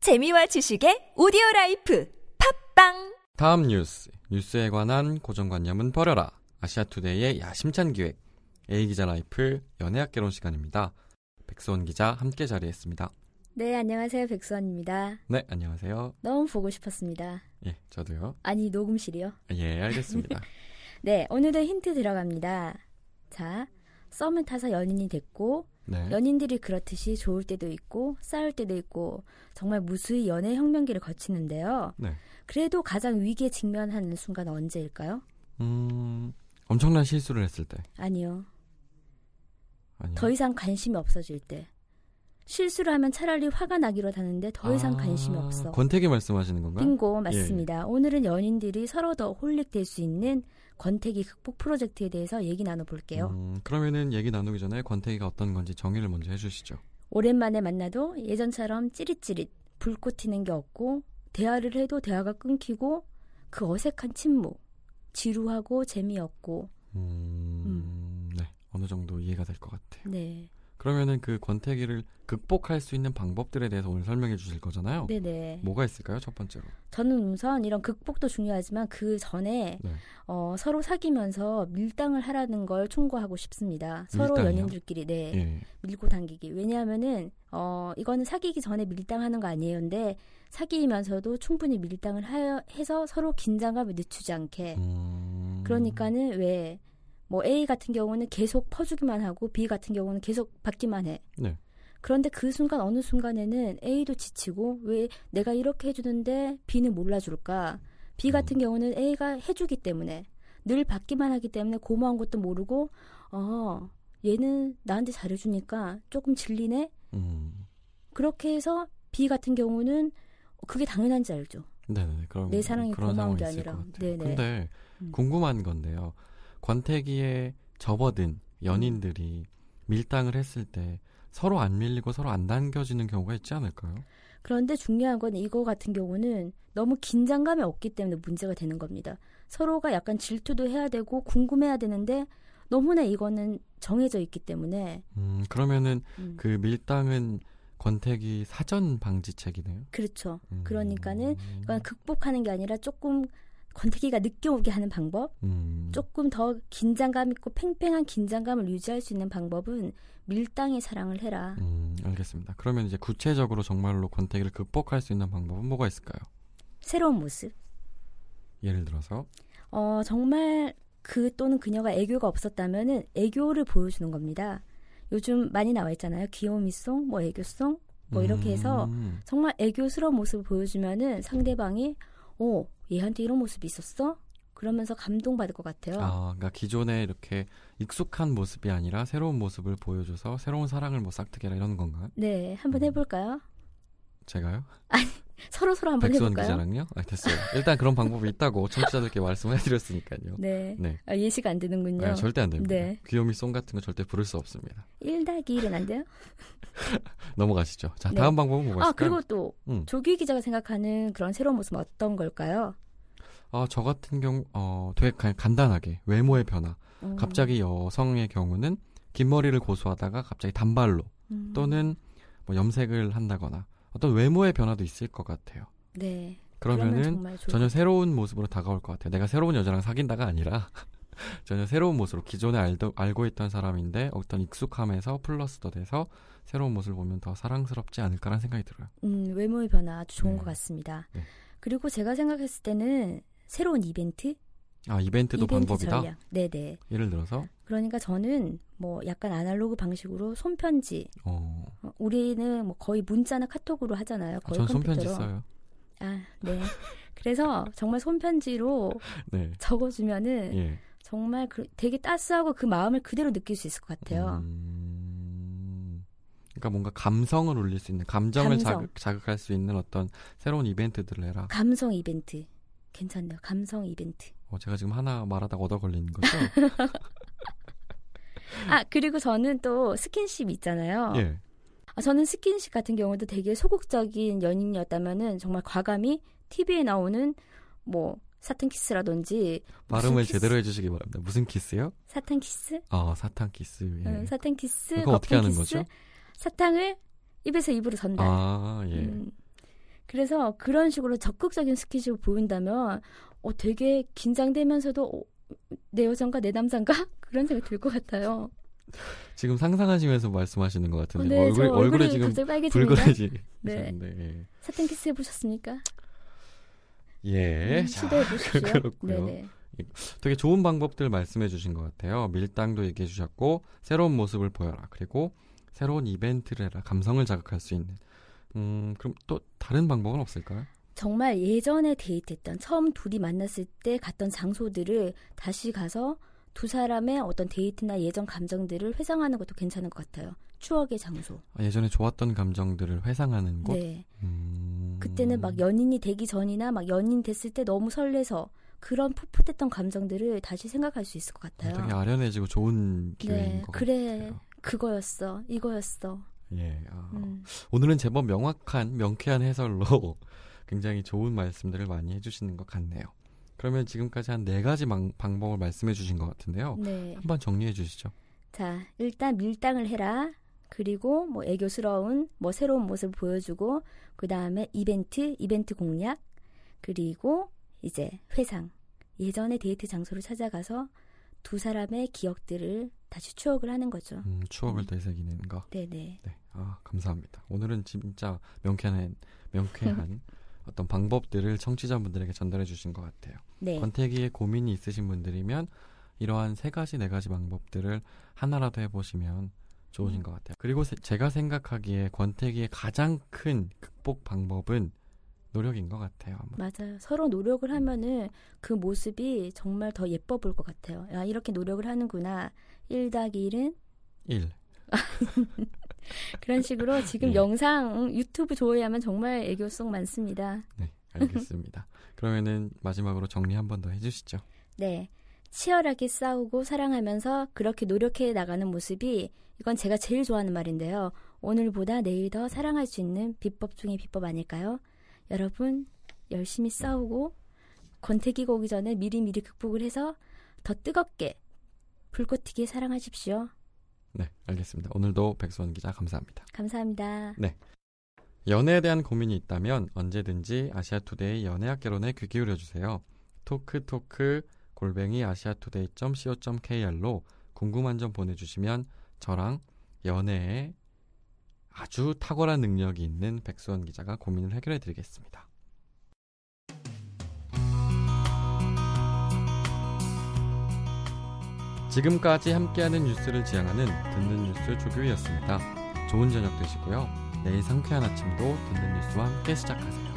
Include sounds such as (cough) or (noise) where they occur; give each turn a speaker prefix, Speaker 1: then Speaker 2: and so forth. Speaker 1: 재미와 지식의 오디오 라이프 팝빵
Speaker 2: 다음 뉴스. 뉴스에 관한 고정관념은 버려라. 아시아투데이의 야심찬 기획. A기자 라이플 연애학 개론 시간입니다. 백수원 기자 함께 자리했습니다.
Speaker 3: 네, 안녕하세요. 백수원입니다.
Speaker 2: 네, 안녕하세요.
Speaker 3: 너무 보고 싶었습니다.
Speaker 2: 예, 저도요.
Speaker 3: 아니, 녹음실이요?
Speaker 2: 예,
Speaker 3: (laughs)
Speaker 2: 알겠습니다.
Speaker 3: 네, 오늘도 힌트 들어갑니다. 자, 썸을 타서 연인이 됐고,
Speaker 2: 네.
Speaker 3: 연인들이 그렇듯이 좋을 때도 있고, 싸울 때도 있고, 정말 무수히 연애 혁명기를 거치는데요.
Speaker 2: 네.
Speaker 3: 그래도 가장 위기에 직면하는 순간 언제일까요?
Speaker 2: 음, 엄청난 실수를 했을 때.
Speaker 3: 아니요.
Speaker 2: 아니요.
Speaker 3: 더 이상 관심이 없어질 때. 실수를 하면 차라리 화가 나기로 하는데 더 이상
Speaker 2: 아,
Speaker 3: 관심이 없어.
Speaker 2: 권태기 말씀하시는 건가요?
Speaker 3: 빙고 맞습니다. 오늘은 연인들이 서로 더 홀릭될 수 있는 권태기 극복 프로젝트에 대해서 얘기 나눠볼게요.
Speaker 2: 음, 그러면은 얘기 나누기 전에 권태기가 어떤 건지 정의를 먼저 해주시죠.
Speaker 3: 오랜만에 만나도 예전처럼 찌릿찌릿 불꽃 튀는 게 없고 대화를 해도 대화가 끊기고 그 어색한 침묵 지루하고 재미없고
Speaker 2: 음, 네. 어느 정도 이해가 될 것 같아요.
Speaker 3: 네
Speaker 2: 그러면은 그 권태기를 극복할 수 있는 방법들에 대해서 오늘 설명해 주실 거잖아요.
Speaker 3: 네네
Speaker 2: 뭐가 있을까요? 첫 번째로.
Speaker 3: 저는 우선 이런 극복도 중요하지만 그 전에
Speaker 2: 네.
Speaker 3: 어, 서로 사귀면서 밀당을 하라는 걸 충고하고 싶습니다 서로
Speaker 2: 밀당이요?
Speaker 3: 연인들끼리 네
Speaker 2: 예.
Speaker 3: 밀고 당기기. 왜냐하면은 어 이거는 사귀기 전에 밀당하는 거 아니에요. 근데 사귀면서도 충분히 밀당을 하여, 해서 서로 긴장감을 늦추지 않게.
Speaker 2: 음.
Speaker 3: 그러니까는 왜 뭐 A 같은 경우는 계속 퍼주기만 하고 B 같은 경우는 계속 받기만 해.
Speaker 2: 네.
Speaker 3: 그런데 그 순간 어느 순간에는 A도 지치고 왜 내가 이렇게 해주는데 B는 몰라줄까?
Speaker 2: 음.
Speaker 3: B 같은 경우는 A가 해주기 때문에 늘 받기만 하기 때문에 고마운 것도 모르고 어 얘는 나한테 잘해주니까 조금 질리네.
Speaker 2: 음.
Speaker 3: 그렇게 해서 B 같은 경우는 그게 당연한지 알죠.
Speaker 2: 네네. 그럼
Speaker 3: 내 사랑이
Speaker 2: 그런 상황이
Speaker 3: 고마운 게
Speaker 2: 있을
Speaker 3: 아니라.
Speaker 2: 것 같아요.
Speaker 3: 네네.
Speaker 2: 근데
Speaker 3: 음.
Speaker 2: 궁금한 건데요. 권태기에 접어든 연인들이
Speaker 3: 음.
Speaker 2: 밀당을 했을 때 서로 안 밀리고 서로 안 당겨지는 경우가 있지 않을까요?
Speaker 3: 그런데 중요한 건 이거 같은 경우는 너무 긴장감이 없기 때문에 문제가 되는 겁니다. 서로가 약간 질투도 해야 되고 궁금해야 되는데 너무나 이거는 정해져 있기 때문에
Speaker 2: 음, 그러면은
Speaker 3: 음,
Speaker 2: 그 밀당은 권태기 사전 방지책이네요.
Speaker 3: 그렇죠.
Speaker 2: 음.
Speaker 3: 그러니까는 이건 극복하는 게 아니라 조금 권태기가 늦게 오게 하는 방법,
Speaker 2: 음.
Speaker 3: 조금 더 긴장감 있고 팽팽한 긴장감을 유지할 수 있는 방법은 밀당의 사랑을 해라.
Speaker 2: 음, 알겠습니다. 그러면 이제 구체적으로 정말로 권태기를 극복할 수 있는 방법은 뭐가 있을까요?
Speaker 3: 새로운 모습.
Speaker 2: 예를 들어서
Speaker 3: 어, 정말 그 또는 그녀가 애교가 없었다면은 애교를 보여주는 겁니다. 요즘 많이 나와 있잖아요. 귀요미송, 뭐 애교송, 뭐 이렇게 해서
Speaker 2: 음,
Speaker 3: 정말 애교스러운 모습을 보여주면은 상대방이 어, 얘한테 이런 모습이 있었어? 그러면서 감동받을 것 같아요.
Speaker 2: 아, 그러니까 기존에 이렇게 익숙한 모습이 아니라 새로운 모습을 보여줘서 새로운 사랑을 뭐 싹트게라 이런 건가요?
Speaker 3: 네, 한번
Speaker 2: 음.
Speaker 3: 해볼까요?
Speaker 2: 제가요?
Speaker 3: 서로 서로 한번
Speaker 2: 백수원
Speaker 3: 해볼까요?
Speaker 2: 기자랑요? 아, 됐어요. 일단 그런 방법이 있다고 청취자들께 말씀을 해드렸으니까요.
Speaker 3: 네,
Speaker 2: 네.
Speaker 3: 아, 예시가 안 되는군요.
Speaker 2: 아, 절대 안 됩니다.
Speaker 3: 네.
Speaker 2: 귀요미 송 같은 거 절대 부를 수 없습니다.
Speaker 3: 1다기 1은 안 돼요?
Speaker 2: 넘어가시죠. 자,
Speaker 3: 네.
Speaker 2: 다음 방법은 뭐가
Speaker 3: 아,
Speaker 2: 있을까요?
Speaker 3: 그리고 또
Speaker 2: 음.
Speaker 3: 조규 기자가 생각하는 그런 새로운 모습 은 어떤 걸까요?
Speaker 2: 아, 저 같은 경우 어, 되게 간- 간단하게 외모의 변화.
Speaker 3: 어,
Speaker 2: 갑자기 여성의 경우는 긴 머리를 고수하다가 갑자기 단발로
Speaker 3: 음,
Speaker 2: 또는 뭐 염색을 한다거나 어떤 외모의 변화도 있을 것 같아요.
Speaker 3: 네, 그러면
Speaker 2: 그러면은
Speaker 3: 정말 좋...
Speaker 2: 전혀 새로운 모습으로 다가올 것 같아요. 내가 새로운 여자랑 사귄다가 아니라 (laughs) 전혀 새로운 모습으로 기존에 알던, 알고 있던 사람인데 어떤 익숙함에서 플러스 더 돼서 새로운 모습을 보면 더 사랑스럽지 않을까라는 생각이 들어요.
Speaker 3: 음, 외모의 변화 아주 좋은
Speaker 2: 네.
Speaker 3: 것 같습니다.
Speaker 2: 네.
Speaker 3: 그리고 제가 생각했을 때는 새로운 이벤트,
Speaker 2: 아 이벤트도
Speaker 3: 이벤트
Speaker 2: 방법이다.
Speaker 3: 전략. 네네.
Speaker 2: 예를 들어서
Speaker 3: 그러니까 저는 뭐 약간 아날로그 방식으로 손편지.
Speaker 2: 어,
Speaker 3: 어, 우리는 뭐 거의 문자나 카톡으로 하잖아요. 거의
Speaker 2: 전
Speaker 3: 컴퓨터로.
Speaker 2: 손편지 써요. (laughs)
Speaker 3: 아, 네. 그래서 정말 손편지로
Speaker 2: 네.
Speaker 3: 적어주면은
Speaker 2: 예.
Speaker 3: 정말 그- 되게 따스하고 그 마음을 그대로 느낄 수 있을 것 같아요.
Speaker 2: 음, 그러니까 뭔가 감성을 울릴 수 있는 감정을
Speaker 3: 감성.
Speaker 2: 자극, 자극할 수 있는 어떤 새로운 이벤트들을 해라.
Speaker 3: 감성 이벤트. 괜찮네요. 감성 이벤트.
Speaker 2: 어, 제가 지금 하나 말하다가 얻어 걸리는
Speaker 3: (laughs)
Speaker 2: 거죠?
Speaker 3: 아, 그리고 저는 또 스킨십 있잖아요.
Speaker 2: 예.
Speaker 3: 아, 저는 스킨십 같은 경우도 되게 소극적인 연인이었다면은 정말 과감히 TV에 나오는 뭐 사탕 키스라든지
Speaker 2: 발음을
Speaker 3: 키스?
Speaker 2: 제대로 해주시기 바랍니다. 무슨 키스요?
Speaker 3: 사탕 키스,
Speaker 2: 아 사탕 키스. 예.
Speaker 3: 응, 네, 사탕 키스,
Speaker 2: 그거 어떻게
Speaker 3: 거품
Speaker 2: 하는
Speaker 3: 키스,
Speaker 2: 거죠?
Speaker 3: 사탕을 입에서 입으로 전달.
Speaker 2: 아 예.
Speaker 3: 음, 그래서 그런 식으로 적극적인 스킨십을 보인다면 어, 되게 긴장되면서도 어, 내 여전가 내 남잔가 (laughs) 그런 생각이 들 것 같아요.
Speaker 2: 지금 상상하시면서 말씀하시는 것 같은데
Speaker 3: 네, 저
Speaker 2: 얼굴 얼굴에 지금
Speaker 3: 갑자기 빨개지는가?
Speaker 2: 붉어지는데 (laughs)
Speaker 3: 네.
Speaker 2: 네.
Speaker 3: 사탕 키스 해보셨습니까?
Speaker 2: 예.
Speaker 3: 음,
Speaker 2: 자,
Speaker 3: 시도해
Speaker 2: (laughs)
Speaker 3: 보십시오.
Speaker 2: 그렇고요.
Speaker 3: 네네.
Speaker 2: 되게 좋은 방법들 말씀해 주신 것 같아요. 밀당도 얘기해 주셨고 새로운 모습을 보여라. 그리고 새로운 이벤트를 해라. 감성을 자극할 수 있는. 음, 그럼 또 다른 방법은 없을까요?
Speaker 3: 정말 예전에 데이트했던 처음 둘이 만났을 때 갔던 장소들을 다시 가서 두 사람의 어떤 데이트나 예전 감정들을 회상하는 것도 괜찮은 것 같아요. 추억의 장소.
Speaker 2: 아, 예전에 좋았던 감정들을 회상하는 곳.
Speaker 3: 네.
Speaker 2: 음.
Speaker 3: 그때는 막 연인이 되기 전이나 막 연인 됐을 때 너무 설레서 그런 풋풋했던 감정들을 다시 생각할 수 있을 것
Speaker 2: 되게
Speaker 3: 같아요.
Speaker 2: 아련해지고 좋은 기회인
Speaker 3: 네.
Speaker 2: 것
Speaker 3: 그래.
Speaker 2: 같아요.
Speaker 3: 그거였어. 이거였어.
Speaker 2: 예. 아,
Speaker 3: 음.
Speaker 2: 오늘은 제법 명확한 명쾌한 해설로 (laughs) 굉장히 좋은 말씀들을 많이 해주시는 것 같네요. 그러면 지금까지 한 네 가지 방, 방법을 말씀해 주신 것 같은데요.
Speaker 3: 네.
Speaker 2: 한번 정리해 주시죠.
Speaker 3: 자, 일단 밀당을 해라. 그리고 뭐 애교스러운 뭐 새로운 모습을 보여주고 그 다음에 이벤트, 이벤트 공략, 그리고 이제 회상. 예전의 데이트 장소를 찾아가서 두 사람의 기억들을 다시 추억을 하는 거죠.
Speaker 2: 음, 추억을
Speaker 3: 음.
Speaker 2: 되새기는 거.
Speaker 3: 네네.
Speaker 2: 네. 아, 감사합니다. 오늘은 진짜 명쾌한,
Speaker 3: (laughs)
Speaker 2: 명쾌한 어떤 방법들을 청취자분들에게 전달해 주신 것 같아요.
Speaker 3: 네.
Speaker 2: 권태기에 고민이 있으신 분들이면 이러한 세 가지, 네 가지 방법들을 하나라도 해보시면 좋으신
Speaker 3: 음.
Speaker 2: 것 같아요. 그리고 세- 제가 생각하기에 권태기의 가장 큰 극복 방법은 노력인 것 같아요. 아마.
Speaker 3: 맞아요. 서로 노력을 하면은 그 모습이 정말 더 예뻐 보일 것 같아요. 야, 이렇게 노력을 하는구나. 1 더하기 1은
Speaker 2: 1.
Speaker 3: 그런 식으로 지금
Speaker 2: 예.
Speaker 3: 영상 음, 유튜브 조회하면 정말 애교성 많습니다.
Speaker 2: 네,
Speaker 3: (laughs)
Speaker 2: 알겠습니다. 그러면은 마지막으로 정리 한 번 더 해주시죠.
Speaker 3: 네. 치열하게 싸우고 사랑하면서 그렇게 노력해 나가는 모습이 이건 제가 제일 좋아하는 말인데요. 오늘보다 내일 더 사랑할 수 있는 비법 중의 비법 아닐까요? 여러분, 열심히 싸우고 권태기가 오기 전에 미리미리 극복을 해서 더 뜨겁게 불꽃튀게 사랑하십시오.
Speaker 2: 네, 알겠습니다. 오늘도 백수원 기자 감사합니다.
Speaker 3: 감사합니다.
Speaker 2: 연애에 대한 고민이 있다면 언제든지 아시아투데이 연애학개론에 귀 기울여 주세요. 토크토크 골뱅이 아시아투데이.co.kr로 궁금한 점 보내주시면 저랑 연애에 아주 탁월한 능력이 있는 백수원 기자가 고민을 해결해 드리겠습니다. 지금까지 함께하는 뉴스를 지향하는 듣는 뉴스 조규이였습니다. 좋은 저녁 되시고요. 내일 상쾌한 아침도 듣는 뉴스와 함께 시작하세요.